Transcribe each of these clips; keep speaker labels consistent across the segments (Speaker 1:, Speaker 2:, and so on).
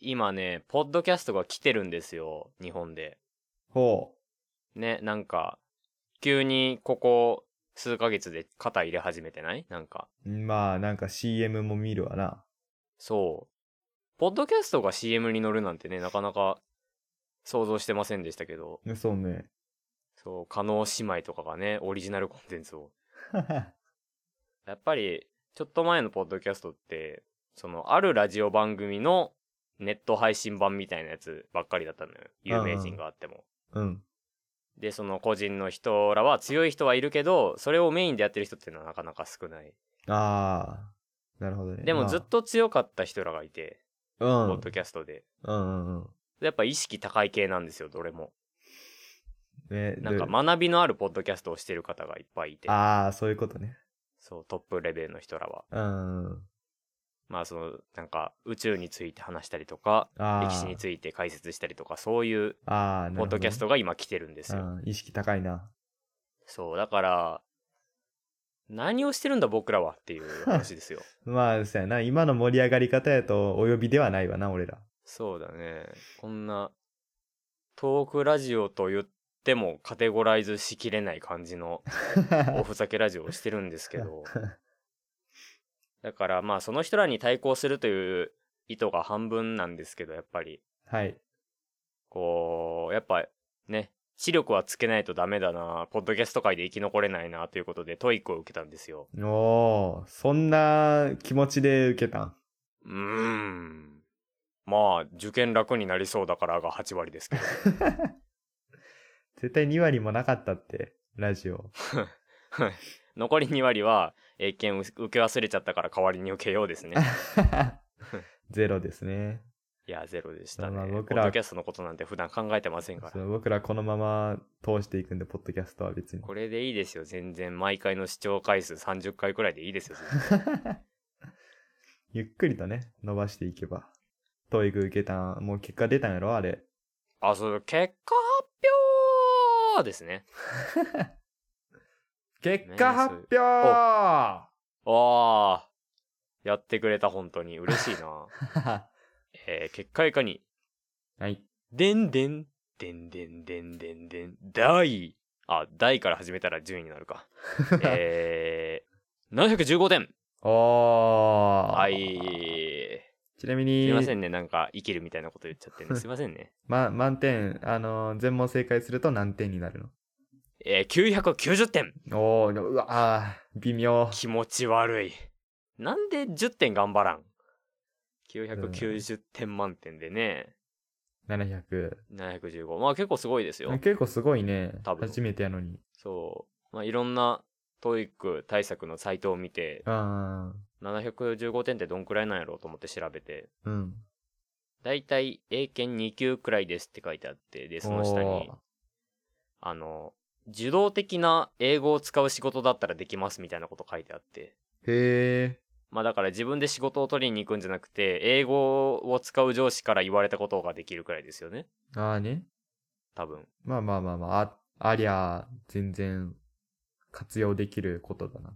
Speaker 1: 今ね、ポッドキャストが来てるんですよ、日本で。
Speaker 2: ほ
Speaker 1: ね、なんか、急にここ数ヶ月で肩入れ始めてないなんか。
Speaker 2: う。まあ、なんか CM も見るわな。
Speaker 1: そう。ポッドキャストが CM に乗るなんてね、なかなか想像してませんでしたけど、
Speaker 2: そうね。
Speaker 1: そう、加納姉妹とかがね、オリジナルコンテンツを。やっぱり、ちょっと前のポッドキャストって、その、あるラジオ番組のネット配信版みたいなやつばっかりだったのよ。有名人があっても。
Speaker 2: うん。
Speaker 1: で、その個人の人らは強い人はいるけど、それをメインでやってる人っていうのはなかなか少ない。
Speaker 2: ああ。なるほどね。
Speaker 1: で
Speaker 2: ま
Speaker 1: も
Speaker 2: あ
Speaker 1: ずっと強かった人らがいて、
Speaker 2: う
Speaker 1: ポ
Speaker 2: ん。う
Speaker 1: ッ
Speaker 2: ん
Speaker 1: ドキャストで。
Speaker 2: うんうん。
Speaker 1: やっぱ意識高い系なんですよ、どれも。
Speaker 2: ね、
Speaker 1: なんか
Speaker 2: で
Speaker 1: 学びのあるポッドキャストをしてる方がいっぱいいて、
Speaker 2: ああ、そういうことね。
Speaker 1: そう、トップレベルの人らは。
Speaker 2: うんうん。
Speaker 1: まあ、その、なんか、宇宙について話したりとか、
Speaker 2: ああ。
Speaker 1: 歴史について解説したりとか、そういう
Speaker 2: ああ、なる
Speaker 1: ポッ
Speaker 2: ほどね
Speaker 1: ドキャストが今来てるんですよ。
Speaker 2: うん意識高いな。
Speaker 1: そう、だから、何をしてるんだ僕らはっていう話です よ。
Speaker 2: まあ、そうやな。今の盛り上がり方やと、お呼びではないわな、俺ら。
Speaker 1: そうだね。こんな、トークラジオと言ってもカテゴライズしきれない感じのおふざけラジオをしてるんですけど、だからまあその人らに対抗するという意図が半分なんですけど、やっぱり、
Speaker 2: はい。
Speaker 1: こう、やっぱね、視力はつけないとダメだな、ポッドキャスト界で生き残れないなということでトイックを受けたんですよ。
Speaker 2: おー、そんな気持ちで受けたん。
Speaker 1: うーん。まあ、受験楽になりそうだからが8割ですけど。
Speaker 2: 絶対2割もなかったって、ラ ジオ。
Speaker 1: 残り2割は、英検受け忘れちゃったから代わりに受けようですね。
Speaker 2: ゼロですね。
Speaker 1: いや、ゼロでした
Speaker 2: まあ
Speaker 1: ね。
Speaker 2: 僕
Speaker 1: ポ
Speaker 2: ら
Speaker 1: ッ
Speaker 2: は
Speaker 1: ドキャストのことなんて普段考えてませんか
Speaker 2: そ
Speaker 1: ら。
Speaker 2: う僕らこのまま通していくんで、ポッドキャストは別に。
Speaker 1: これでいいですよ。全然、毎回の視聴回数30回くらいでいいですよ。全然
Speaker 2: ゆっくりとね、伸ばしていけば。トイック受けたん、もう結果出たんやろあれ。
Speaker 1: あ、そう、結果発表ですね。
Speaker 2: 結
Speaker 1: 果
Speaker 2: 果
Speaker 1: 発
Speaker 2: 発
Speaker 1: 表
Speaker 2: 表
Speaker 1: ああ、やってくれた、本当に。嬉しいな。えー結果いかに、
Speaker 2: はい。
Speaker 1: でんでん、でんでんでんでんでん、大。あ、大から始めたら順位になるか。えー、715点。
Speaker 2: おー。
Speaker 1: はい。
Speaker 2: ちなみ
Speaker 1: す
Speaker 2: に
Speaker 1: い、ませんね、なんか、生きるみたいなこと言っちゃって ね。すいませんね。
Speaker 2: ま、満点、あのー全問正解すると何点になる
Speaker 1: えー、990点。
Speaker 2: のおー、でもうわ、あー微妙。
Speaker 1: 気持ち悪い。なんで10点頑張らん ?990 点満点でね、
Speaker 2: 700。
Speaker 1: 715。まあ結構すごいですよ。
Speaker 2: 結構すごいね。
Speaker 1: 多分
Speaker 2: 初めてやのに。
Speaker 1: そう。まあいろんな、トイック対策のサイトを見て、
Speaker 2: あ
Speaker 1: 715点ってどんくらいなんやろうと思って調べて、
Speaker 2: ー、うん。
Speaker 1: だいたい英検2級くらいですって書いてあって、で、その下に
Speaker 2: おー、
Speaker 1: あの、受動的な英語を使う仕事だったらできますみたいなこと書いてあって、
Speaker 2: へえ。
Speaker 1: まあだから自分で仕事を取りに行くんじゃなくて、英語を使う上司から言われたことができるくらいですよね。
Speaker 2: ああね。
Speaker 1: 多分。
Speaker 2: まあまあまあまあ、あありゃ、全然、活用できることだな。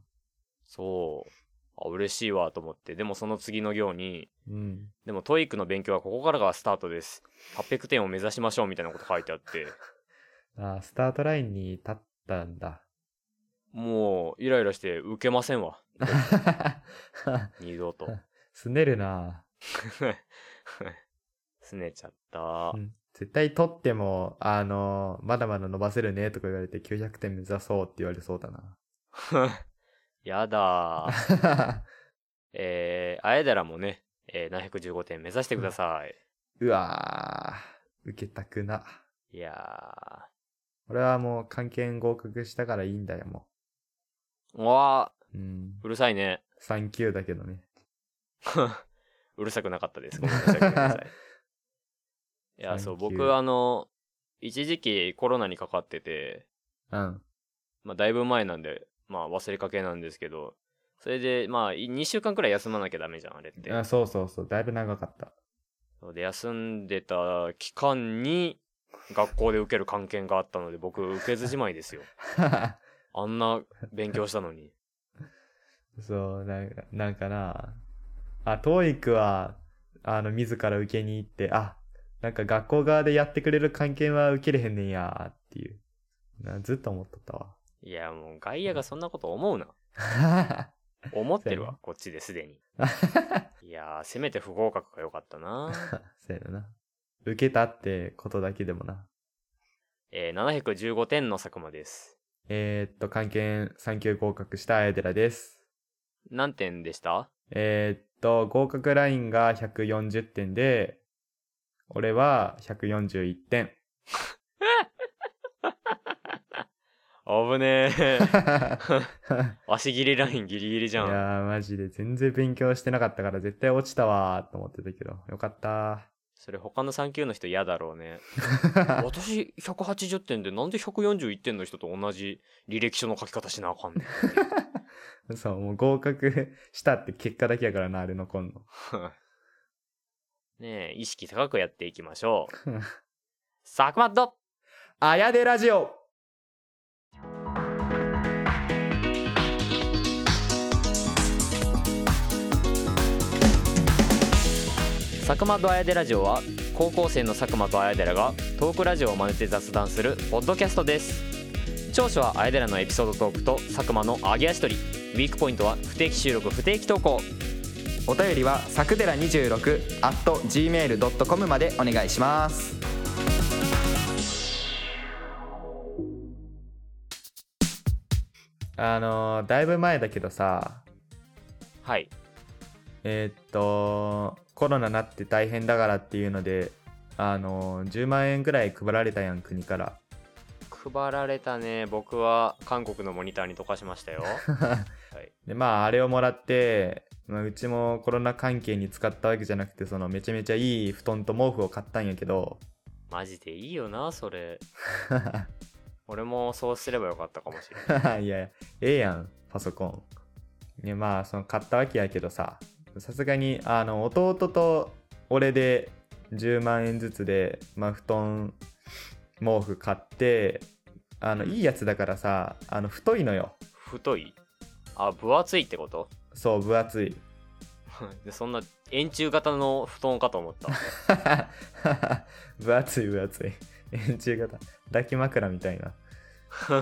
Speaker 1: そう。あ、嬉しいわと思って。でもその次の行に、
Speaker 2: うん。
Speaker 1: でも TOEIC の勉強はここからがスタートです。800点を目指しましょうみたいなこと書いてあって、
Speaker 2: あースタートラインに立ったん だ。
Speaker 1: もうイライラして受けませんわ。二度と。
Speaker 2: すねるな。
Speaker 1: すねちゃった
Speaker 2: う。ん絶対取っても、あのーまだまだ伸ばせるねとか言われて900点目指そうって言われそうだな。
Speaker 1: やだー。 えー、あえだらもね、えー715点目指してください。
Speaker 2: うわぁ、受けたくな。
Speaker 1: いや
Speaker 2: 俺はもう関係合格したからいいんだよ、も
Speaker 1: ー。うわ
Speaker 2: う。うん
Speaker 1: ー、。うるさいね。
Speaker 2: サンキューだけどね。
Speaker 1: うるさくなかったです。ごめんなさい。ごめんなさいいや、そう、
Speaker 2: Thank you.
Speaker 1: 僕、あの、一時期コロナにかかってて、
Speaker 2: うん。
Speaker 1: まあ、だいぶ前なんで、まあ、忘れかけなんですけど、それで、まあ、い2週間くらい休まなきゃダメじゃん、あれって。
Speaker 2: あそうそうそう、だいぶ長か った。
Speaker 1: そうで、休んでた期間に、学校で受ける関係があったので、僕、受けずじまいですよ。あんな勉強したのに。
Speaker 2: そう、なんか、なんかな。あ、トーイックは、あの、自ら受けに行って、あ、なんか学校側でやってくれる関係は受けれへんねんやーっていう。なずっと思っとったわ。
Speaker 1: いや、もう外野がそんなこと思うな。思って るわ、こっちですでに。いやー、せめて不合格が良かったな。
Speaker 2: そうやな。受けたってことだけでもな。
Speaker 1: えー、715点の佐久間です。
Speaker 2: えー、っと、関係3級合格した綾寺です。
Speaker 1: 何点でした
Speaker 2: えー、っと、合格ラインが140点で、俺は141点。。
Speaker 1: あぶねえ
Speaker 2: い
Speaker 1: 足切りラインギリギリじ
Speaker 2: や
Speaker 1: ゃん。
Speaker 2: ー、マジで全然勉強してなかったから絶対落ちたわーと思ってたけど、よかった
Speaker 1: それ他の3級の人嫌だろう ね。
Speaker 2: ー。
Speaker 1: 私180点でなんで141点の人と同じ履歴書の書き方しなあかんねん。
Speaker 2: そう、もう合格したって結果だけやからな、あれ残んの。
Speaker 1: ねえ、意識高くやっていきましょう。 サクマッド
Speaker 2: あやでラジオ
Speaker 1: 佐久間とあやでラジオは高校生の佐久間とあやでらがトークラジオを真似て雑談するポッドキャストです長所はあやでらのエピソードトークと佐久間の揚げ足取りウィークポイントは不定期収録不定期投稿
Speaker 3: お便りはさくでら26 at gmail.com までお願いします
Speaker 2: あのー、だいぶ前だけどさ、
Speaker 1: はい
Speaker 2: えーっと、コロナなって大変だからっていうので、あのー、10万円ぐらい配られたやん、国から。
Speaker 1: 配られたね僕は韓国のモニターに溶かしました よはい
Speaker 2: で、まあ、あれをもらって、まあ、うちもコロナ関係に使ったわけじゃなくて、その、めちゃめちゃいい布団と毛布を買ったんやけど、
Speaker 1: マジでいいよなそれ俺もそうすればよかったかもしれない
Speaker 2: いや、ええやん、パソコン。ね、まあ、その、買ったわけやけどさ、さすがに、あの、弟と俺で10万円ずつで、まあ、布団、毛布買って、あの、いいやつだからさ、あの、太いのよ。
Speaker 1: 太いあ分厚いってこと
Speaker 2: そう、分厚い。
Speaker 1: でそんな円柱型の布団かと思った
Speaker 2: 分厚い、分厚い。円柱型。抱き枕みたいな。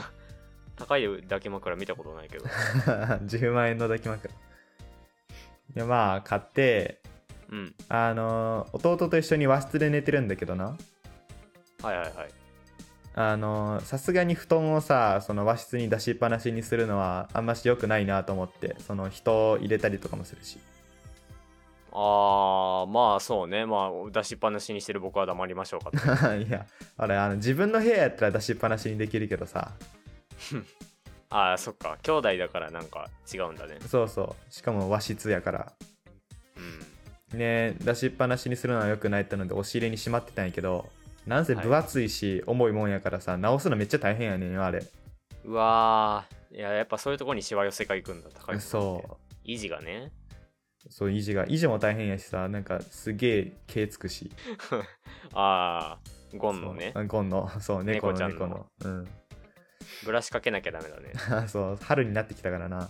Speaker 1: 高い抱き枕見たことないけど
Speaker 2: 10万円の抱き枕。で、まあ、買って、
Speaker 1: うん
Speaker 2: あのー弟と一緒に和室で寝てるんだけどな
Speaker 1: はいはいはい
Speaker 2: あのーさすがに布団をさその和室に出しっぱなしにするのはあんまし良くないなと思ってその人を入れたりとかもするし
Speaker 1: あーまあそうねまあ出しっぱなしにしてる僕は黙りましょうかと
Speaker 2: いやあれあの自分の部屋やったら出しっぱなしにできるけどさ
Speaker 1: あーそっか兄弟だからなんか違うんだね
Speaker 2: そうそうしかも和室やから
Speaker 1: うん
Speaker 2: ね出しっぱなしにするのは良くないってので押し入れにしまってたんやけどなんせ分厚いし重いもんやからさ直すのめっちゃ大変やねんよあれ
Speaker 1: うわーいややっぱそういうとこにしわ寄せが行くんだ高いとこって
Speaker 2: そう
Speaker 1: 維持がね
Speaker 2: そう維持が維持も大変やしさなんかすげえ毛つくし
Speaker 1: ああゴンのね
Speaker 2: そうあゴンのそう猫
Speaker 1: 猫
Speaker 2: の
Speaker 1: ちゃん
Speaker 2: 猫の
Speaker 1: のブラシかけなきゃダメだね
Speaker 2: うん そう春になってきたからな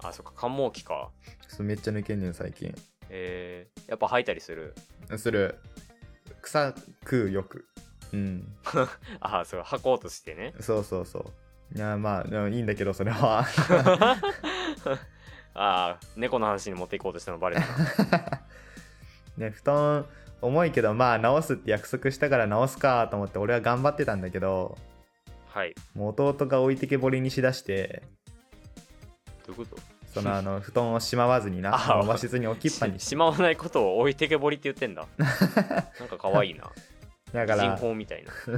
Speaker 1: あそっか感毛期か
Speaker 2: そうめっちゃ抜けんねん最近
Speaker 1: えー、やっぱ吐いたりする
Speaker 2: する草食うよくうん
Speaker 1: ああそう吐こうとして ね
Speaker 2: そうそうそういやまあでもいいんだけどそれは
Speaker 1: ああ猫の話に持っていこうとしたのバレたな
Speaker 2: ね布団重いけどまあ直すって約束したから直すかと思って俺は頑張ってたんだけど
Speaker 1: はい
Speaker 2: もう弟が置いてけぼりにしだして
Speaker 1: どういうこと
Speaker 2: そ のあの布団をしまわずにな
Speaker 1: あ
Speaker 2: 和室に置きっぱに
Speaker 1: し
Speaker 2: し
Speaker 1: しまわないことを置いてけぼりって言ってん だなんか可愛いな
Speaker 2: だか
Speaker 1: 人
Speaker 2: ら
Speaker 1: 法みたいな
Speaker 2: 布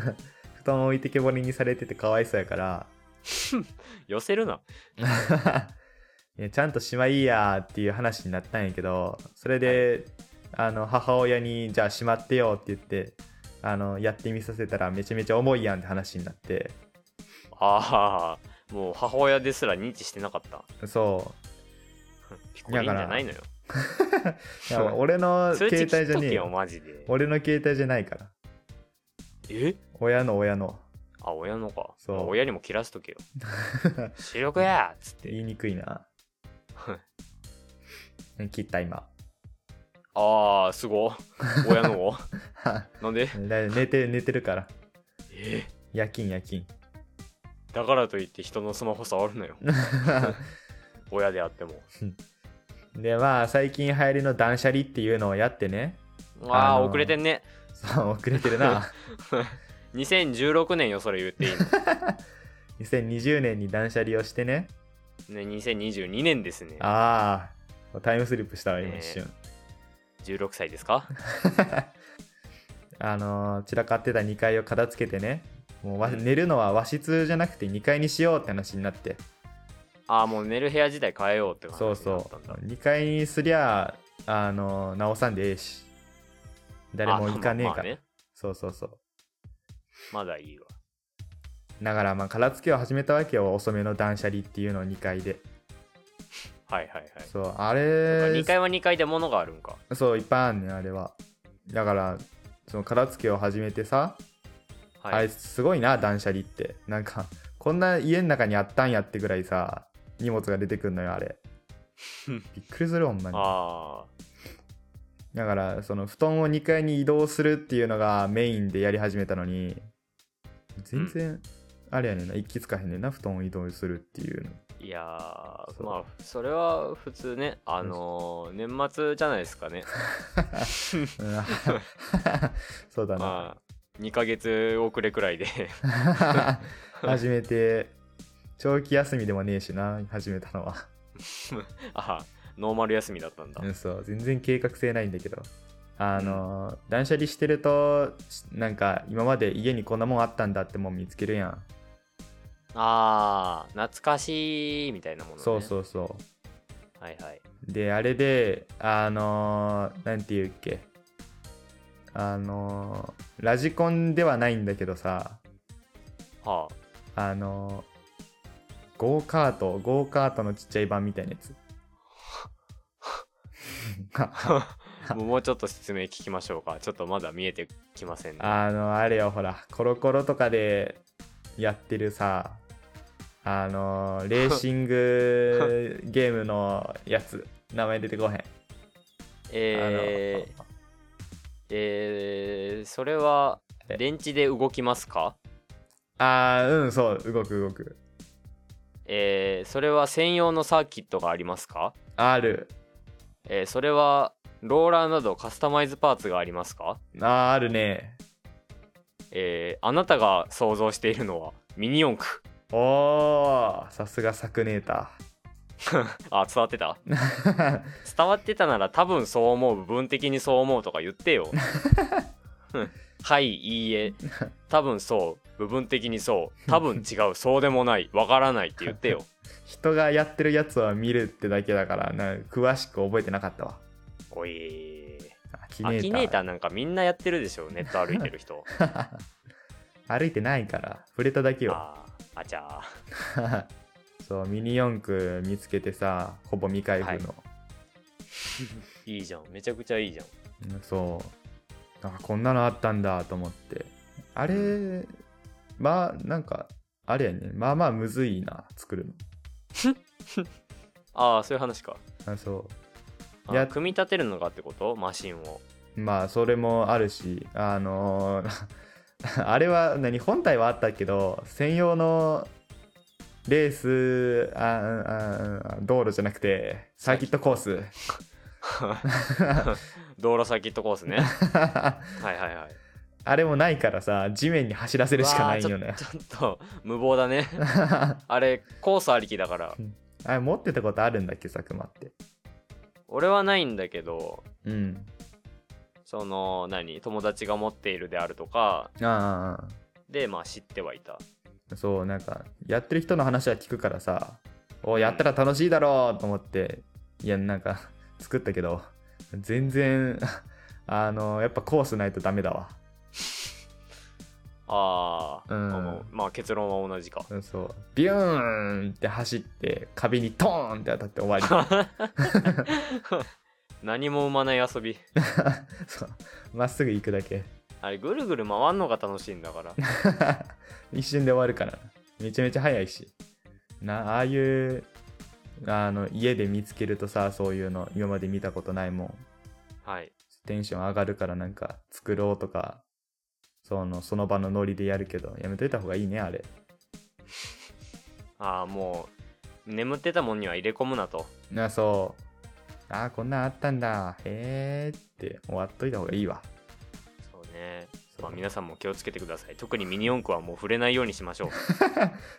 Speaker 2: 団置いてけぼりにされててかわいそうやから
Speaker 1: 寄せるな
Speaker 2: いやちゃんとしまいいやっていう話になったんやけどそれで、あの母親にじゃあしまってよって言ってあのやってみさせたらめちゃめちゃ重いやんって話になって
Speaker 1: ああもう母親ですら認知してなかった
Speaker 2: そ
Speaker 1: ピコリンじゃないのよ
Speaker 2: ういや俺の
Speaker 1: 通
Speaker 2: 携
Speaker 1: 知
Speaker 2: 帯
Speaker 1: 切っ
Speaker 2: じゃ
Speaker 1: と
Speaker 2: ねえ
Speaker 1: けよ
Speaker 2: よ
Speaker 1: マジで
Speaker 2: 俺の携帯じゃないから
Speaker 1: え
Speaker 2: 親の親の
Speaker 1: あ親のか
Speaker 2: そう
Speaker 1: あ親にも切らしとけ よ視力やっつって
Speaker 2: 言いにくいな切った今
Speaker 1: ああ、すご。親のを。
Speaker 2: は
Speaker 1: なんで
Speaker 2: だ寝て寝てるから
Speaker 1: え
Speaker 2: 夜勤夜 勤
Speaker 1: ーだからといって人のスマホ触るなよ。 親であっても。
Speaker 2: でまあ最近流行りの断捨離っていうのをやってね
Speaker 1: あ
Speaker 2: あ
Speaker 1: あ、
Speaker 2: のー
Speaker 1: 遅れてんね。
Speaker 2: そう遅れてる な
Speaker 1: 2016年よ、それ言っていい
Speaker 2: 2020年に断捨離をしてね
Speaker 1: の。ね、2022年です ね。
Speaker 2: ああタイムスリップしたわ今
Speaker 1: ねえ
Speaker 2: 一瞬、
Speaker 1: 16歳ですか
Speaker 2: あのー散らかってた2階を片付けてねもうわ
Speaker 1: うん
Speaker 2: 寝るのは和室じゃなくて2階にしようって話になって
Speaker 1: ああ、もう寝る部屋自体変えようって話
Speaker 2: そう
Speaker 1: にな
Speaker 2: そ
Speaker 1: ったんだ
Speaker 2: う2階にすりゃあのー直さんでええし誰も行かねえ
Speaker 1: あま
Speaker 2: か
Speaker 1: あまあ
Speaker 2: ら
Speaker 1: ね
Speaker 2: そうそうそう
Speaker 1: まだいいわ。
Speaker 2: だからまあ片付けを始めたわけよ遅めの断捨離っていうのを2階で
Speaker 1: はいはいはい。
Speaker 2: そうあ
Speaker 1: 2
Speaker 2: れ
Speaker 1: 階は2階で物があるんか。
Speaker 2: そういっぱいあんねんあれはだからその片付けを始めてさ、あ
Speaker 1: はい。
Speaker 2: れすごいな断捨離ってなんかこんな家の中にあったんやってぐらいさ荷物が出てくんのよあれ びっくりするほんまに
Speaker 1: あ
Speaker 2: だからその布団を2階に移動するっていうのがメインでやり始めたのに全然あれやねんな行きつかへんねんな布団を移動するっていう の
Speaker 1: あ、いやー
Speaker 2: そう
Speaker 1: まあ、それは普通ね、あのー年末じゃないですかね。
Speaker 2: うんそうだな
Speaker 1: まあ、2ヶ月遅れくらいで
Speaker 2: 初めて長期休みでもねえしな始めたのは
Speaker 1: あノーマル休みだったんだ、
Speaker 2: うんそう全然計画性ないんだけどあのー、断捨離してるとしなんか今まで家にこんなもんあったんだってもん見つけるやん、
Speaker 1: あー懐かしいみたいなもの、ね、
Speaker 2: そう
Speaker 1: う
Speaker 2: そうそ
Speaker 1: はいはいう
Speaker 2: であれであのー、なんていうっけあのー、ラジコンではないんだけどさ
Speaker 1: は
Speaker 2: あのー、ゴーカートゴーカートのちっちゃい版みたいなやつ
Speaker 1: あもうちょっと説明聞きましょうかちょっとまだ見えてきませんね
Speaker 2: あのあれよほらコロコロとかでやってるさあのレーシングゲームのやつ名前出てこへん、
Speaker 1: えー
Speaker 2: あの
Speaker 1: えーそれは
Speaker 2: え
Speaker 1: 電池で動きますか
Speaker 2: あーうんそう動く動く
Speaker 1: えーそれは専用のサーキットがありますか
Speaker 2: R
Speaker 1: えーそれはローラーなどカスタマイズパーツがありますか
Speaker 2: あーあるね
Speaker 1: えーあなたが想像しているのはミニ四駆
Speaker 2: おーさすがサクネータ
Speaker 1: あ伝わってた
Speaker 2: ー
Speaker 1: 伝わってたなら多分そう思う部分的にそう思うとか言ってよ はいいいえ多分そう部分的にそう多分違うそうでもないわからないって言ってよ
Speaker 2: 人がやってるやつは見るってだけだからな詳しく覚えてなかったわ
Speaker 1: おい
Speaker 2: アキ
Speaker 1: ア
Speaker 2: ネ
Speaker 1: キネー
Speaker 2: ー
Speaker 1: タ
Speaker 2: タ
Speaker 1: ーなんかみんなやってるでしょネット歩いてる 人
Speaker 2: ー 歩いてないから触れただけよ
Speaker 1: あーあちゃ
Speaker 2: そうミニ四駆見つけてさほぼ未開封の、
Speaker 1: ーいいじゃんめちゃくちゃいいじゃん
Speaker 2: うんそうなんかこんなのあったんだと思ってあれまあなんかあれやねまあまあむずいな作る
Speaker 1: ああそういう話か
Speaker 2: のあそ
Speaker 1: あー
Speaker 2: いや
Speaker 1: 組み立てるのがってことマシンを
Speaker 2: うまあそれもあるしあのー あれは何本体はあったけど専用のレースあああ道路じゃなくてサーキットコース
Speaker 1: 道路サーキットコースね はいはいはい
Speaker 2: あれもないからさ地面に走らせるしかないんよ
Speaker 1: うわ
Speaker 2: ね
Speaker 1: ーちょ ちょっと無謀だねあれコースありきだから
Speaker 2: あれ持ってたことあるんだっけ佐久間って
Speaker 1: 俺はないんだけど
Speaker 2: うん
Speaker 1: その何友達が持っているであるとか
Speaker 2: あああ
Speaker 1: でまあ知ってはいた
Speaker 2: あそうなんかやってる人の話は聞くからさおやったら楽しいだろうと思っていやなんか 作ったけど全然 あのやっぱコースないとダメだわ
Speaker 1: あー、
Speaker 2: うん
Speaker 1: あのまあ結論は同 じか
Speaker 2: そうビューンって走って壁にトーンって当たって 終わ
Speaker 1: 何も生まない遊び
Speaker 2: りそうまっすぐ行くだけ
Speaker 1: あれぐるぐる回んのが楽しいんだから
Speaker 2: 一瞬で終わるからめちゃめちゃ速いしなああいうあの家で見つけるとさそういうの今まで見たことないもん
Speaker 1: はい。
Speaker 2: テンション上がるからなんか作ろうとかそのその場のノリでやるけどやめといた方がいいねあれ
Speaker 1: ああ、もう、眠ってたもんには入れ込むなと。
Speaker 2: なそうあーこんなんあったんだへえって終わっといた方がいいわ
Speaker 1: そうね。
Speaker 2: そう,、
Speaker 1: まあ、皆さんも気をつけてください。特にミニ四駆はもう触れないようにしましょう。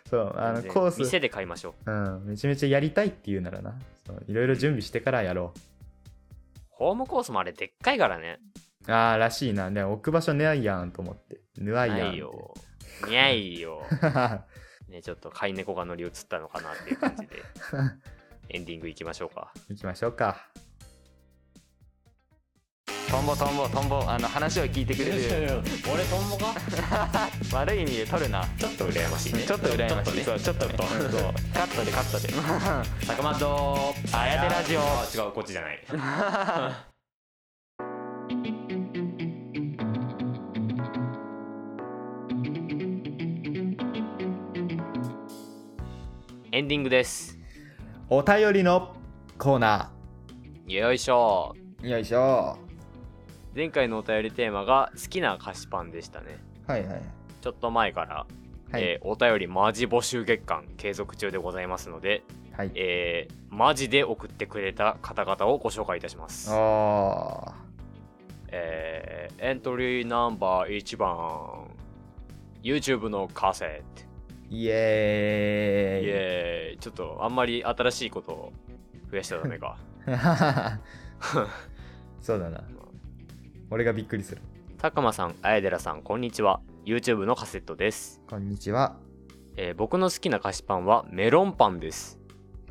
Speaker 2: そう あの
Speaker 1: 全然
Speaker 2: コース
Speaker 1: 店で買いましょう。
Speaker 2: うん、めちゃめちゃやりたいっていうならなそういろいろ準備してからやろ
Speaker 1: ホームコースもあれでっかいからね。
Speaker 2: うああらしいなでも置く場所ねないやんと思ってぬわいやん
Speaker 1: な
Speaker 2: って
Speaker 1: いよ。にゃいよ。 ね、ちょっと飼い猫が乗り移ったのかなっていう感 じで、エンディングいきましょうか。
Speaker 2: 行きましょうか
Speaker 3: トンボトンボトンボあの話を聞いてくれる
Speaker 1: 俺トンボか
Speaker 3: 悪い意味で取るな
Speaker 1: ちょっと羨ましいね。
Speaker 3: ちょっと羨ましい
Speaker 1: ちょっとね
Speaker 3: ちょっとカットでカットで
Speaker 1: サクマドあ
Speaker 3: やてラジオ
Speaker 1: オ違うこっちじゃないエンディングです
Speaker 2: お便りのコーナ
Speaker 1: よいしょ
Speaker 2: ーよいしょ
Speaker 1: 前回のお便りテーマが好きな菓子パンでしたね
Speaker 2: はいはい
Speaker 1: ちょっと前から、
Speaker 2: はい、
Speaker 1: えーお便りマジ募集月間継続中でございますので、
Speaker 2: はい
Speaker 1: えーマジで送ってくれた方々をご紹介いたします
Speaker 2: あ
Speaker 1: えーエントリーナンバー1番 YouTube のカセッ
Speaker 2: ーイ
Speaker 1: ト
Speaker 2: エーイ
Speaker 1: イエーイちょっとあんまり新しいことを増やしちゃダメか
Speaker 2: そうだな俺がびっくりする
Speaker 1: 高間さん綾寺さんこんにちは YouTube のカセットです、
Speaker 2: こんにちは
Speaker 1: えー僕の好きな菓子パンはメロンパンです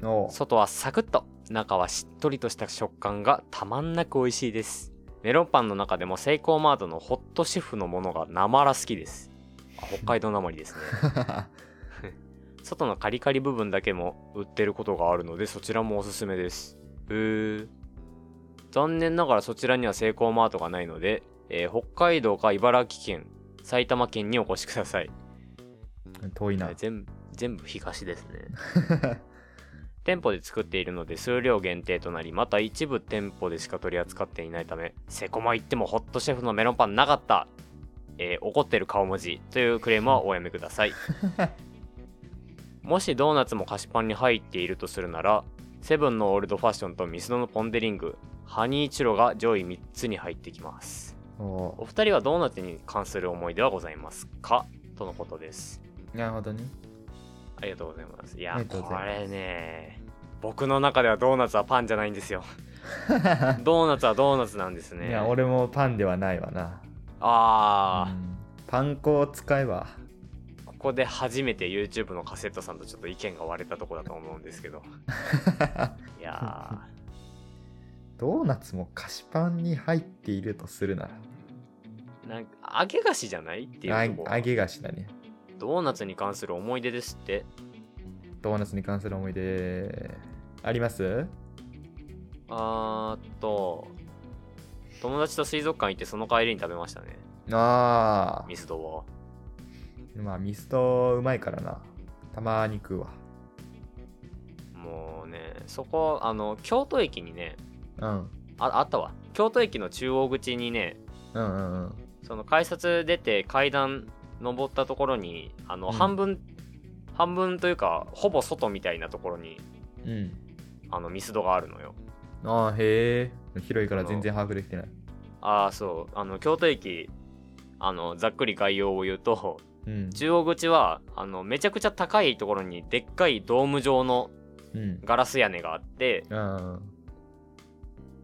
Speaker 2: おう
Speaker 1: 外はサクッと中はしっとりとした食感がたまんなく美味しいですメロンパンの中でもセイコーマートのホットシェフのものがなまら好きですあ北海道なまりですね外のカリカリ部分だけも売ってることがあるのでそちらもおすすめですへー残念ながらそちらにはセイコーマートがないので、えー北海道か茨城県埼玉県にお越しください
Speaker 2: 遠いな
Speaker 1: えー全全部東ですね店舗で作っているので数量限定となりまた一部店舗でしか取り扱っていないためセコマ行ってもホットシェフのメロンパンなかった、えー怒ってる顔文字というクレームはおやめくださいもしドーナツも菓子パンに入っているとするならセブンのオールドファッションとミスドのポン・デ・リングハニーチュロが上位3つに入ってきます
Speaker 2: お
Speaker 1: お二人はドーナツに関する思い出はございますかとのことです
Speaker 2: うなるほどね
Speaker 1: ありがとうございます。い
Speaker 2: あ
Speaker 1: や
Speaker 2: り、がとうご
Speaker 1: こ
Speaker 2: ざいます
Speaker 1: れね、僕の中ではドーナツはパンじゃないん ですよ。ドーナツはドーナツなんですね。
Speaker 2: いや俺もパンではないわなう
Speaker 1: あ
Speaker 2: んパン粉を使えば
Speaker 1: ー、ここで初めて YouTube のカセットさんとちょっと意見が割れたとこだと思うんですけ ど。いや
Speaker 2: ドーナツも菓子パンに入っているとするな
Speaker 1: ー、なんか揚げ菓子じゃないって
Speaker 2: らあ
Speaker 1: いうとこ
Speaker 2: 揚げ菓子だね
Speaker 1: ドーナツに関する思い出ですって。
Speaker 2: ドーナツに関する思い出あります
Speaker 1: あーっと、友達と水族館行ってその帰りに食べましたね。
Speaker 2: あ
Speaker 1: ミスドを。
Speaker 2: あまあミストうまいからなたまに食うわ
Speaker 1: もうね、そこ、あの、京都駅にね、
Speaker 2: うん
Speaker 1: ああったわ京都駅の中央口にね
Speaker 2: うんうんうん
Speaker 1: その改札出て階段登ったところにあの
Speaker 2: うん
Speaker 1: 半分、半分というかほぼ外みたいなところに
Speaker 2: うん
Speaker 1: あのミスドがあるのよ
Speaker 2: ああへえ広いから全然把握できてない
Speaker 1: ああそうあの京都駅あのざっくり概要を言うと
Speaker 2: うん
Speaker 1: 中央口はあのめちゃくちゃ高いところにでっかいドーム状の
Speaker 2: うん
Speaker 1: ガラス屋根があって
Speaker 2: あ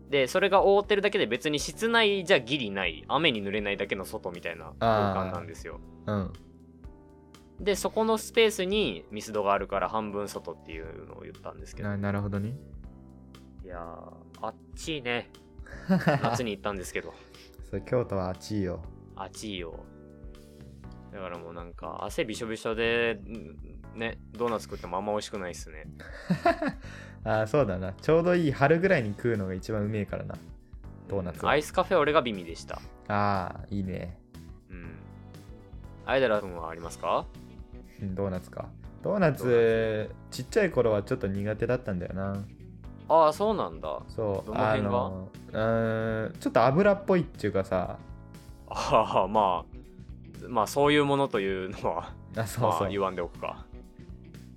Speaker 1: でそれが覆ってるだけで別に室内じゃギリない雨に濡れないだけの外みたいな空間なんですよ
Speaker 2: あうん
Speaker 1: でそこのスペースにミスドがあるから半分外っていうのを言ったんですけど
Speaker 2: ななるほどね
Speaker 1: いやーあっちい ね夏に行ったんですけど
Speaker 2: そう京都は暑いよ
Speaker 1: あっちいよだからもうなんか汗びしょびしょでんねドーナツ食ってもあんま美味しくないっすね
Speaker 2: ああそうだなちょうどいい春ぐらいに食うのが一番うめえからなドーナツは
Speaker 1: アイスカフェ俺が美味でした
Speaker 2: ああいいね
Speaker 1: うんアイダラ君はありますか
Speaker 2: うんドーナツかドーナ
Speaker 1: ド
Speaker 2: ツちっちゃい頃はちょっと苦手だったんだよな
Speaker 1: ああそうなんだ
Speaker 2: そう
Speaker 1: どの辺が
Speaker 2: あのうーんちょっと油っぽいっていうかさ
Speaker 1: ああまあまあそういうものというのは
Speaker 2: あそう
Speaker 1: ま
Speaker 2: そ
Speaker 1: あ
Speaker 2: う
Speaker 1: 言わんでおくか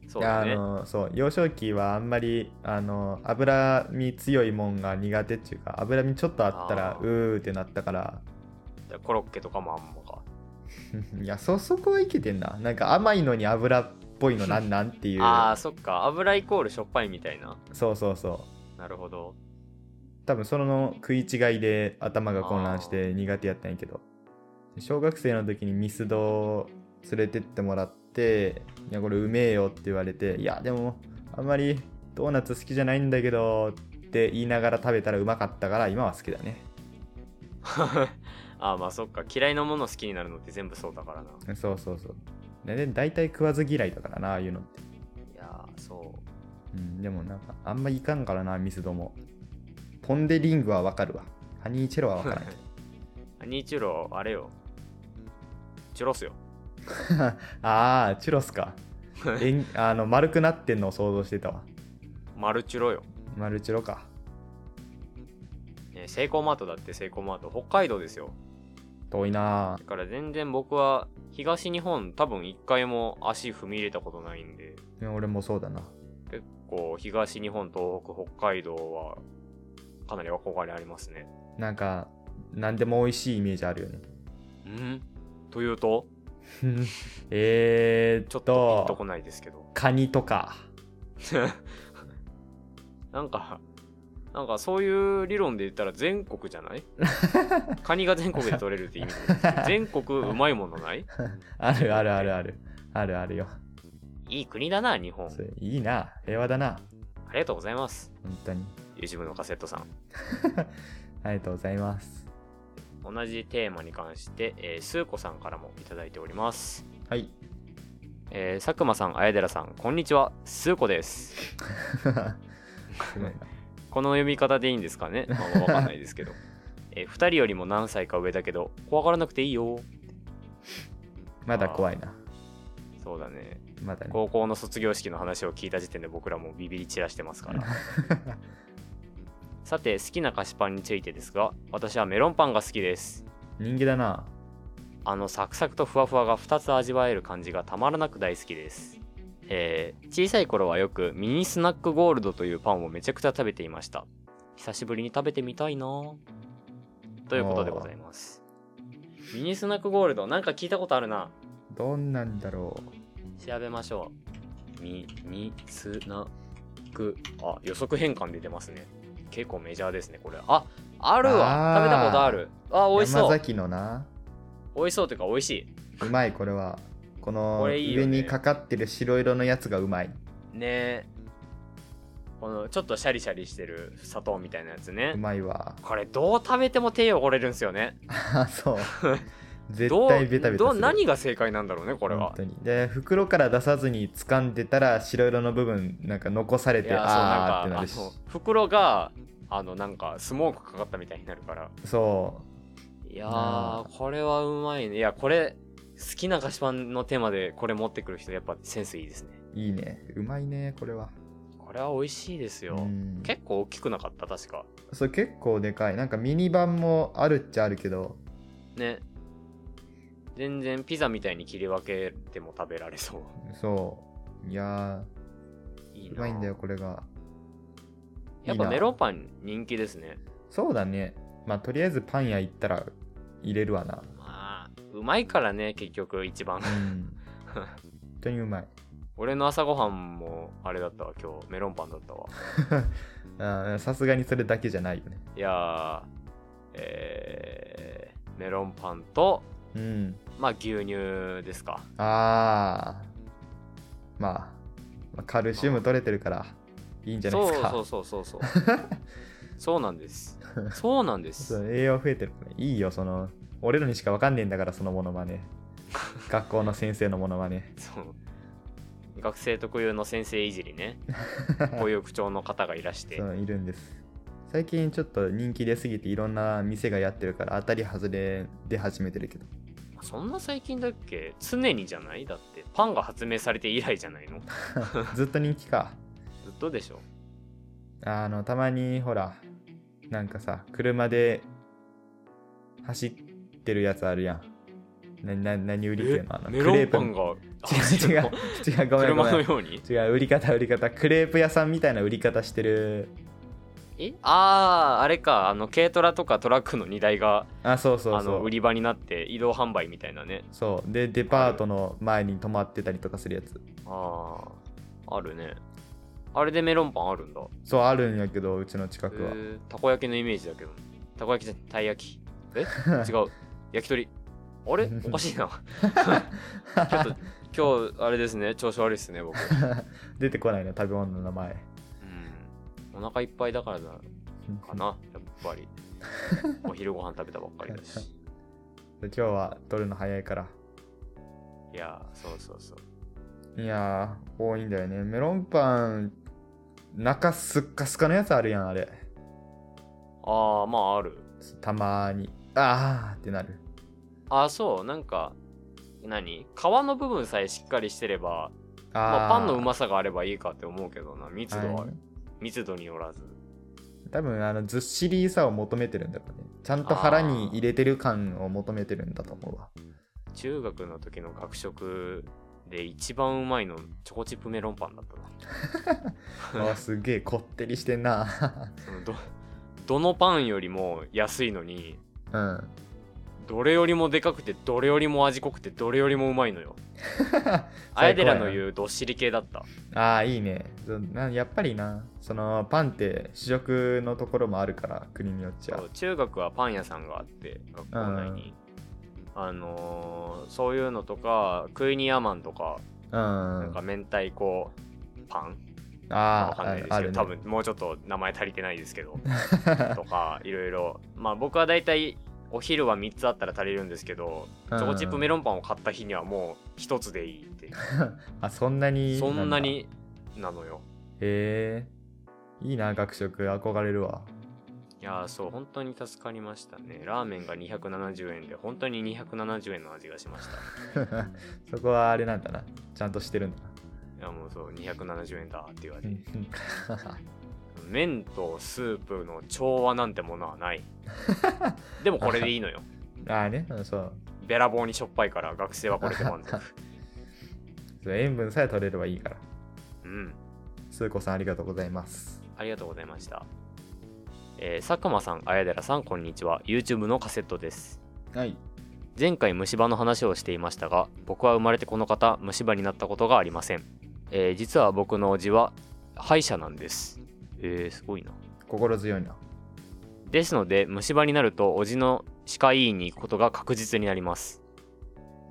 Speaker 1: そうだ
Speaker 2: あ
Speaker 1: ね
Speaker 2: のそう幼少期はあんまりあの脂身強いもんが苦手っていうか脂身ちょっとあったら
Speaker 1: あー
Speaker 2: うーってなったから
Speaker 1: じゃあコロッケとかもあんまか
Speaker 2: いやそそこはいけてんななんか甘いのに油っぽいのなんなんっていう
Speaker 1: ああそっか油イコールしょっぱいみたいな
Speaker 2: そうそうそう
Speaker 1: なるほど
Speaker 2: 多分その食い違いで頭が混乱して苦手やったんやけど小学生の時にミスド連れてってもらって「いやこれうめえよ」って言われて「いやでもあんまりドーナツ好きじゃないんだけど」って言いながら食べたらうまかったから今は好きだね
Speaker 1: ああまあそっか嫌いなもの好きになるのって全部そうだからな
Speaker 2: そうそうそうでで大体食わず嫌いだからなああいうのって、
Speaker 1: いやーそう
Speaker 2: うん、でもなんかあんまいかんからなミスドもポン・デ・リングはわかるわハニーチェロはわからない
Speaker 1: アニーチュロ あれよチュロスよ
Speaker 2: ああチュロスか円あの丸くなってんのを想像してたわ
Speaker 1: マルチュロよ、
Speaker 2: 丸チュロか
Speaker 1: ね、セイコーマートだってセイコーマート北海道ですよ
Speaker 2: 遠いな
Speaker 1: だから全然僕は東日本多分一回も足踏み入れたことないんで
Speaker 2: あ俺もそうだな
Speaker 1: 結構東日本東北北海道はかなり憧れありますね
Speaker 2: なんか何でも美味しいイメージある よね
Speaker 1: うんというと
Speaker 2: えーっ
Speaker 1: ちょ
Speaker 2: と
Speaker 1: っとピンとこないですけど
Speaker 2: カニとか
Speaker 1: なんかなんかそういう理論で言ったら全国じゃないカニが全国で取れるって意味で全国うまいものない
Speaker 2: あるあるあるあるあるあるよ
Speaker 1: いい国だな日本
Speaker 2: それいいな平和だな
Speaker 1: ありがとうございます
Speaker 2: 本当に
Speaker 1: YouTube のカセットさん
Speaker 2: ありがとうございます
Speaker 1: 同じテーマに関して、えー、スー子さんからもいただいております、
Speaker 2: はい
Speaker 1: えー、佐久間さん綾寺さんこんにちはスー子です
Speaker 2: すごいな
Speaker 1: この読み方でいいんですかね、まあ、わかんないですけど、え2人よりも何歳か上だけど怖がらなくていいよ
Speaker 2: まだ怖いな
Speaker 1: そうだね
Speaker 2: まだね
Speaker 1: 高校の卒業式の話を聞いた時点で僕らもビビり散らしてますからさて好きな菓子パンについてですが私はメロンパンが好きです
Speaker 2: 人気だな
Speaker 1: あのサクサクとふわふわが2つ味わえる感じがたまらなく大好きです、えー小さい頃はよくミニスナックゴールドというパンをめちゃくちゃ食べていました久しぶりに食べてみたいなあということでございますミニスナックゴールドなんか聞いたことあるな
Speaker 2: どんなんだろ
Speaker 1: 調べましょうミニスナックあ予測変換で出ますね結構メジャーですねこれああるわ
Speaker 2: あ
Speaker 1: 食
Speaker 2: ー
Speaker 1: べたことあるあ
Speaker 2: う
Speaker 1: 美味しそ
Speaker 2: 山
Speaker 1: う
Speaker 2: 崎のな
Speaker 1: 美味しそうというか美味し
Speaker 2: うまいこれはこの
Speaker 1: これいいよ
Speaker 2: 上
Speaker 1: ね
Speaker 2: にかかってる白色のやつがうまい
Speaker 1: いねえこのちょっとシャリシャリしてる砂糖みたいなやつね
Speaker 2: うまいわ
Speaker 1: これどう食べても手汚れるんですよね
Speaker 2: あそう絶
Speaker 1: どう
Speaker 2: 対ベタベタ
Speaker 1: ど
Speaker 2: す
Speaker 1: う
Speaker 2: る
Speaker 1: 何が正解なんだろうねこれ
Speaker 2: 本
Speaker 1: は
Speaker 2: 当にで袋から出さずに掴んでたら白色の部分なんか残され
Speaker 1: い
Speaker 2: て
Speaker 1: やそう
Speaker 2: あーっ
Speaker 1: なん
Speaker 2: て
Speaker 1: か
Speaker 2: な
Speaker 1: あ
Speaker 2: るし
Speaker 1: の袋があのなんかスモークかかったみたいになるから
Speaker 2: そ
Speaker 1: いや
Speaker 2: な
Speaker 1: ー、これはうまいね。いや、これ、好きな菓子パンのテーマでこれ持ってくる人、やっぱセンスいいですね。
Speaker 2: ういいねうまいねこれは
Speaker 1: これは美味しいですよ。
Speaker 2: うん
Speaker 1: 結構大きくなかった、確か。
Speaker 2: そう結構でかいなんかミニ版もあるっちゃあるけど
Speaker 1: ね。全然ピザみたいに切り分けても食べられ そう。
Speaker 2: そういや
Speaker 1: いい
Speaker 2: ーう
Speaker 1: な。
Speaker 2: まいんだよこれが
Speaker 1: やっぱ
Speaker 2: いいな
Speaker 1: メロンパン人気ですね。
Speaker 2: そうだねまあとりあえずパン屋行ったら入れるわな
Speaker 1: まあ、うまいからね、結局、一番
Speaker 2: う。ん本当にうまい
Speaker 1: 俺の朝ごはんも、あれだったわ、今日、メロンパンだったわ。
Speaker 2: あーさすがにそれだけじゃないよね
Speaker 1: いやー、えー、メロンパンと、
Speaker 2: うん
Speaker 1: まあ、牛乳ですか。
Speaker 2: あー、まあ、まあカルシウム取れてるからいいんじゃないですか
Speaker 1: そうそうそうそうそう そうなんですそうなんで
Speaker 2: そ
Speaker 1: す
Speaker 2: う栄養増えてるからいいよその俺らにしかわかんねえんだからそのモノマ ネ学校の先生のモノマネ
Speaker 1: そう学生特有の先生いじり ねこういう口調の方がいらして
Speaker 2: そういるんです最近ちょっと人気出すぎていろんな店がやってるから当たり外れ出始めてるけど
Speaker 1: そんな最近だっけ常にじゃないだってパンが発明されて以来じゃないのず
Speaker 2: ずっと人気か
Speaker 1: っとでしょ
Speaker 2: あのたまにほらなんかさ車で走ってるやつあるやんなな何売りっていうのあの
Speaker 1: メロンパン
Speaker 2: が
Speaker 1: が
Speaker 2: 違 う違う違うごめん
Speaker 1: 車
Speaker 2: ごめ
Speaker 1: の
Speaker 2: ん
Speaker 1: ように
Speaker 2: 違う売り方売り方クレープ屋さんみたいな売り方してる
Speaker 1: えあああれかあの軽トラとかトラックの荷台が
Speaker 2: あそうそう
Speaker 1: あ
Speaker 2: そ
Speaker 1: の
Speaker 2: う
Speaker 1: 売り場になって移動販売みたいなね
Speaker 2: そうでデパートの前に止まってたりとかするやつ
Speaker 1: あああるねあれでメロンパンあるんだ
Speaker 2: そうあるんやけどうちの近くは、
Speaker 1: えーたこ焼きのイメージだけどたこ焼きじゃないたい焼き え違う焼き鳥あ れおかしいなちょっと今日あれですね調子悪いですね僕、う
Speaker 2: 出てこないの食べ物の名前
Speaker 1: ん、お腹いっぱいだからだかなやっぱ りお昼ご飯食べたばっかりだし
Speaker 2: 今日は撮るの早いから
Speaker 1: いやーそうそうそう
Speaker 2: いやー多いんだよねメロンパン中すっかすかのやつあるやんあれ
Speaker 1: ああまあある
Speaker 2: たまーにあーってなる
Speaker 1: あーそうなんか何皮の部分さえしっかりしてれば
Speaker 2: あー、
Speaker 1: まあ、パンのうまさがあればいいかって思うけどな密度は、
Speaker 2: はい
Speaker 1: 密度によらず
Speaker 2: 多分あのずっしりさを求めてるんだろうねちゃんと腹に入れてる感を求めてるんだと思う わ
Speaker 1: 中学の時の学食で一番うまいのチョコチップメロンパンだったな
Speaker 2: あーすげえこってりしてんな
Speaker 1: そのど どのパンよりも安いのに
Speaker 2: うん
Speaker 1: どれよりもでかくてどれよりも味濃くてどれよりもうまいのよあやでらの
Speaker 2: う
Speaker 1: 言うどっしり系だった
Speaker 2: ああいいねそなやっぱりなそのパンって主食のところもあるから国によっちゃ
Speaker 1: そう中学はパン屋さんがあって学校内に、あのーそういうのとかクイニアマンとか、
Speaker 2: うん
Speaker 1: なんか明太子パンわ
Speaker 2: あ
Speaker 1: かん
Speaker 2: あ
Speaker 1: ないですけ
Speaker 2: あ
Speaker 1: ど、
Speaker 2: るね
Speaker 1: 多分もうちょっと名前足りてないですけ どとかいろいろまあ僕は大体お昼は3つあったら足りるんですけどチョコチップメ
Speaker 2: ロ
Speaker 1: ロンパンを買った日にはもう1つでいいって
Speaker 2: ンあそんなに
Speaker 1: そんな
Speaker 2: へ
Speaker 1: になのよ
Speaker 2: えいいな学食憧れるわ
Speaker 1: いやーそう本当に助かりましたねラーメンが270円で本当に270円の味がしました
Speaker 2: そこはあれなんだなちゃんとしてるんだない
Speaker 1: やもうそう270円だって言われ
Speaker 2: う
Speaker 1: て、
Speaker 2: んうん
Speaker 1: 麺とスープの調和なんてものは ないでもこれでいいのよ
Speaker 2: ああねうんそう
Speaker 1: べらぼうにしょっぱいから学生はこれで満 足
Speaker 2: そう塩分さえ取れればいいから
Speaker 1: うん
Speaker 2: スー子さんありがとうございます
Speaker 1: ありがとうございました。えー佐久間さん、綾寺さん、こんにちは。YouTube のカセットです。
Speaker 2: はい
Speaker 1: 前回虫歯の話をしていましたが、僕は生まれてこの方、虫歯になったことがありません。えー実は僕のおじは歯医者なんです。えー、すごいな。
Speaker 2: 心強いな
Speaker 1: ですので、虫歯になるとおじの歯科医院に行くことが確実になります。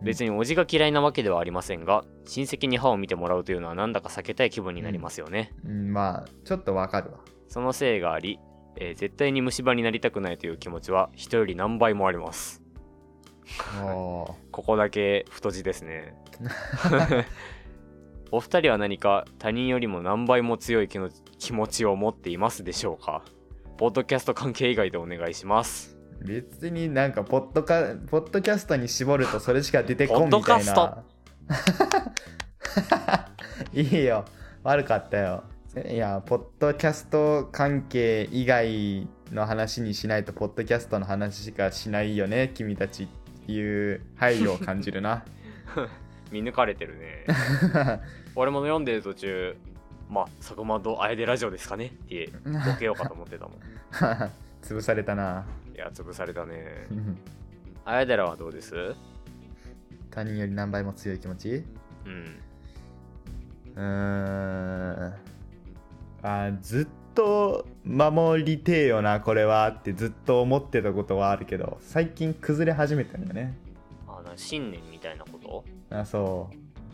Speaker 1: 別におじが嫌いなわけではありませんが、親戚に歯を見てもらうというのはなんだか避けたい気分になりますよね。
Speaker 2: うんまあちょっとわかるわ
Speaker 1: そのせいがあり、えー絶対に虫歯になりたくないという気持ちは人より何倍もあります。
Speaker 2: お
Speaker 1: ここだけ太字です ね。お二人は何か他人よりも何倍も強い気の気持ちを持っていますでしょうかポッドキャスト関係以外でお願いします。
Speaker 2: ー別になんかポッドカポッドキャストに絞るとそれしか出てこんみたいな
Speaker 1: ポッドキャスト
Speaker 2: いいよ悪かったよえいやポッドキャスト関係以外の話にしないとポッドキャストの話しかしないよね君たちっていう配慮を感じ るな
Speaker 1: 見抜かれてるね。俺も読んでる途中、まあ、佐久間とあえでラジオですかねってボケようかと思ってたもん。
Speaker 2: 潰されたない
Speaker 1: や、潰されたね
Speaker 2: う。ん
Speaker 1: あやでらはどうです
Speaker 2: 他人より何倍も強い気持ち
Speaker 1: うん。
Speaker 2: うーんあずっと守りてえよなこれはってずっと思ってたことはあるけど最近崩れ始めたんだよね
Speaker 1: あな信念みたいなこと
Speaker 2: あそ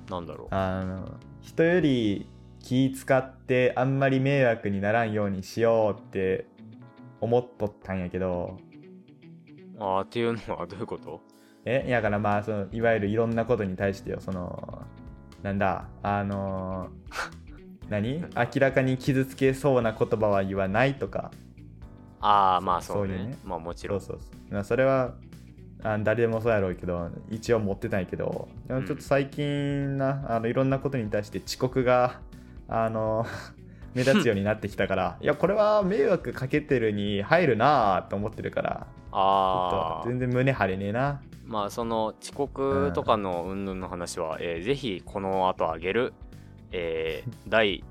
Speaker 2: う
Speaker 1: なんだろう。
Speaker 2: あの人より気使ってあんまり迷惑にならんようにしようって思っとったんやけど
Speaker 1: あーっていうのはどういうこと
Speaker 2: えやからまあそのいわゆるいろんなことに対してよそのなんだあの何明らかに傷つけそうな言葉は言わないとか
Speaker 1: ああ、まあそう
Speaker 2: そういう
Speaker 1: ね
Speaker 2: ね。
Speaker 1: まあもち
Speaker 2: そ
Speaker 1: ろ。
Speaker 2: うんそうそうまあそれはあ誰でもそうやろうけど一応持ってたんやけどでもちょっと最近な、あのいろんなことに対して遅刻があの 目立つようになってきた から、いや、これは迷惑かけてるに入るなぁと思ってるから、ちょ
Speaker 1: あ
Speaker 2: っ
Speaker 1: あ
Speaker 2: と全然胸張れねえな。
Speaker 1: まあその遅刻とかの云々の話は、えーぜひこの後あげる、え ー第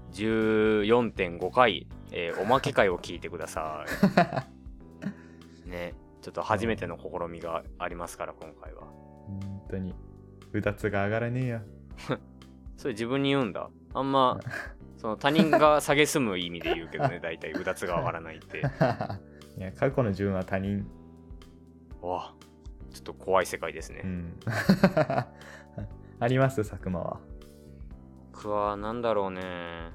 Speaker 1: 14.5回、えーおまけ会を聞いてくださ いねちょっと初めての試みがありますから今回は
Speaker 2: 本当に、うだつが上がらねえや。
Speaker 1: それ自分に言うんだあん まその他人が蔑む意味で言うけ どね大体うだつが上がらないって
Speaker 2: いや、過去の自分は他人。
Speaker 1: わあちょっと怖い世界ですね、
Speaker 2: うん。 あります、佐久間は。
Speaker 1: 僕はなんだろうね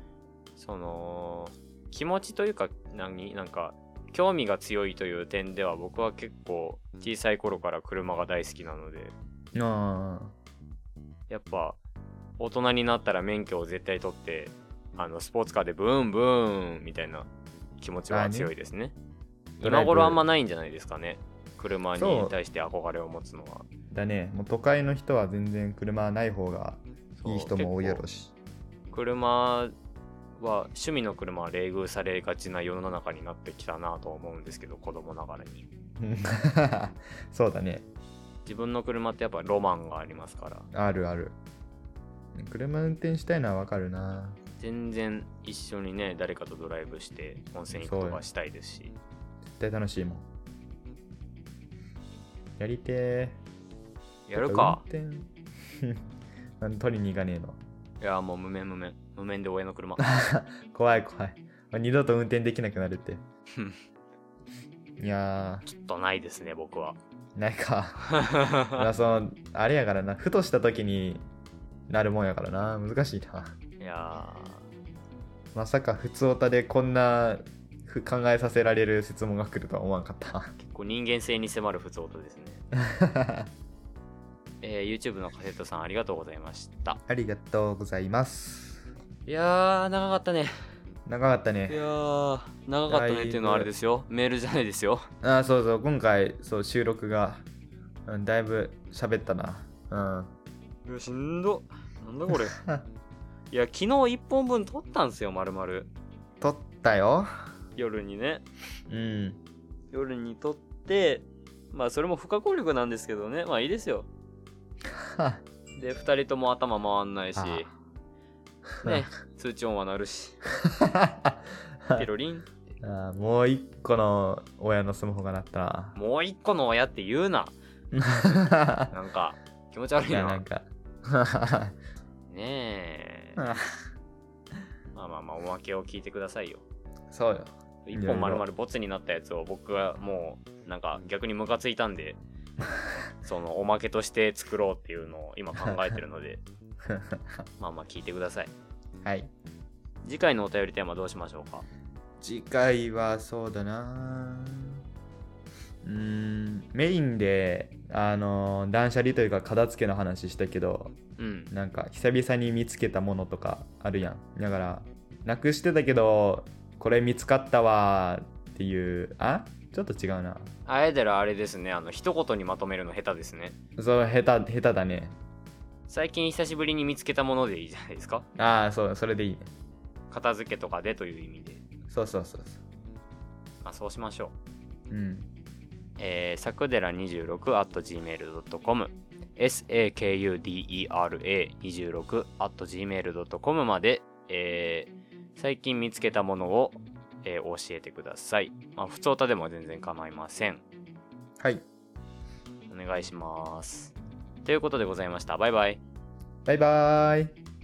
Speaker 1: その気持ちというか何なんか興味が強いという点では僕は結構小さい頃から車が大好きなので
Speaker 2: ああ。
Speaker 1: やっぱ大人になったら免許を絶対取ってあのスポーツカーでブーンブーンみたいな気持ちは強いですね
Speaker 2: ドライ
Speaker 1: 今
Speaker 2: ブ
Speaker 1: 頃あんまないんじゃないですかね車
Speaker 2: そ
Speaker 1: に
Speaker 2: う
Speaker 1: 対して憧れを持つのは
Speaker 2: だね、もう都会の人は全然車ない方が
Speaker 1: そう
Speaker 2: いい人も多いやろし。
Speaker 1: 車は趣味の車は冷遇されがちな世の中になってきたなと思うんですけど子供ながらに
Speaker 2: そうだね、
Speaker 1: 自分の車ってやっぱロマンがありますから
Speaker 2: あるある。車運転したいのはわかるな。
Speaker 1: 全然一緒にね誰かとドライブして温泉行くとかしたいですし
Speaker 2: 絶対楽しいもん。やりてー。
Speaker 1: やるか
Speaker 2: ちょっと運転 なんで取りに行かねえの。
Speaker 1: いやもう無免無免無免で親の車
Speaker 2: 怖い怖い。二度と運転できなくなるって
Speaker 1: ふん。
Speaker 2: いや
Speaker 1: ちょっとないですね僕は
Speaker 2: ー、ないか。 まあそのあれやからなふとした時になるもんやからな難しいない
Speaker 1: や
Speaker 2: まさか普通オタでこんなふ考えさせられる質問が来るとは思わんか
Speaker 1: ー結構人間性に迫る普通音ですね、
Speaker 2: った
Speaker 1: えー YouTube のカセットさんありがとうございました
Speaker 2: ありがとうございます
Speaker 1: いやー長かったね
Speaker 2: 長かった
Speaker 1: い
Speaker 2: ね
Speaker 1: やー長かったねっていうのはあれですよメールじゃないですよ
Speaker 2: あそうそう今回そう収録が、うん、だいぶ喋ったなうん
Speaker 1: うわしんどなんだ これいや昨日1本分撮ったんすよまるまる
Speaker 2: 撮ったよ
Speaker 1: 夜にね
Speaker 2: うん
Speaker 1: 夜に撮ってまあそれも不可抗力なんですけどねまあいいですよ
Speaker 2: は
Speaker 1: で2人とも頭回んないし
Speaker 2: ああ
Speaker 1: ね通知音は鳴るしピロリン
Speaker 2: あもう一個の親のスマホがなった な
Speaker 1: もう1個の親って言うななんか気持ち悪い
Speaker 2: いや
Speaker 1: な
Speaker 2: な
Speaker 1: ね
Speaker 2: んか
Speaker 1: えまあまあまあおまけを聞いてくださいよ
Speaker 2: そうよ
Speaker 1: 1本丸々ボツになったやつを僕はもうなんか逆にムカついたん でそのおまけとして作ろうっていうのを今考えてるの でまあまあ聞いてください
Speaker 2: はい
Speaker 1: 次回のお便りテーマどうしましょうか
Speaker 2: 次回はそうだなうーんメインであの断捨離というか片付けの話したけど
Speaker 1: うん
Speaker 2: なんか久々に見つけたものとかあるやんだからなくしてたけどこれ見つかったわーっていうあちょっと違うな
Speaker 1: あえてらあれですねあの一言にまとめるの下手ですね
Speaker 2: そう下手下手だね
Speaker 1: 最近久しぶりに見つけたものでいいじゃないですか
Speaker 2: ああそうそれでいいね
Speaker 1: 片付けとかでという意味で、
Speaker 2: そうそうそうそ
Speaker 1: まあ、そうしましょう
Speaker 2: ううん
Speaker 1: えー、さくでら26 at gmail.com sakudera26 at gmail.com まで、えー最近見つけたものを、えー教えてください。まあ、普通歌でも全然構いません。
Speaker 2: はい
Speaker 1: お願いします。ということでございました。バイバイ。
Speaker 2: バイバーイ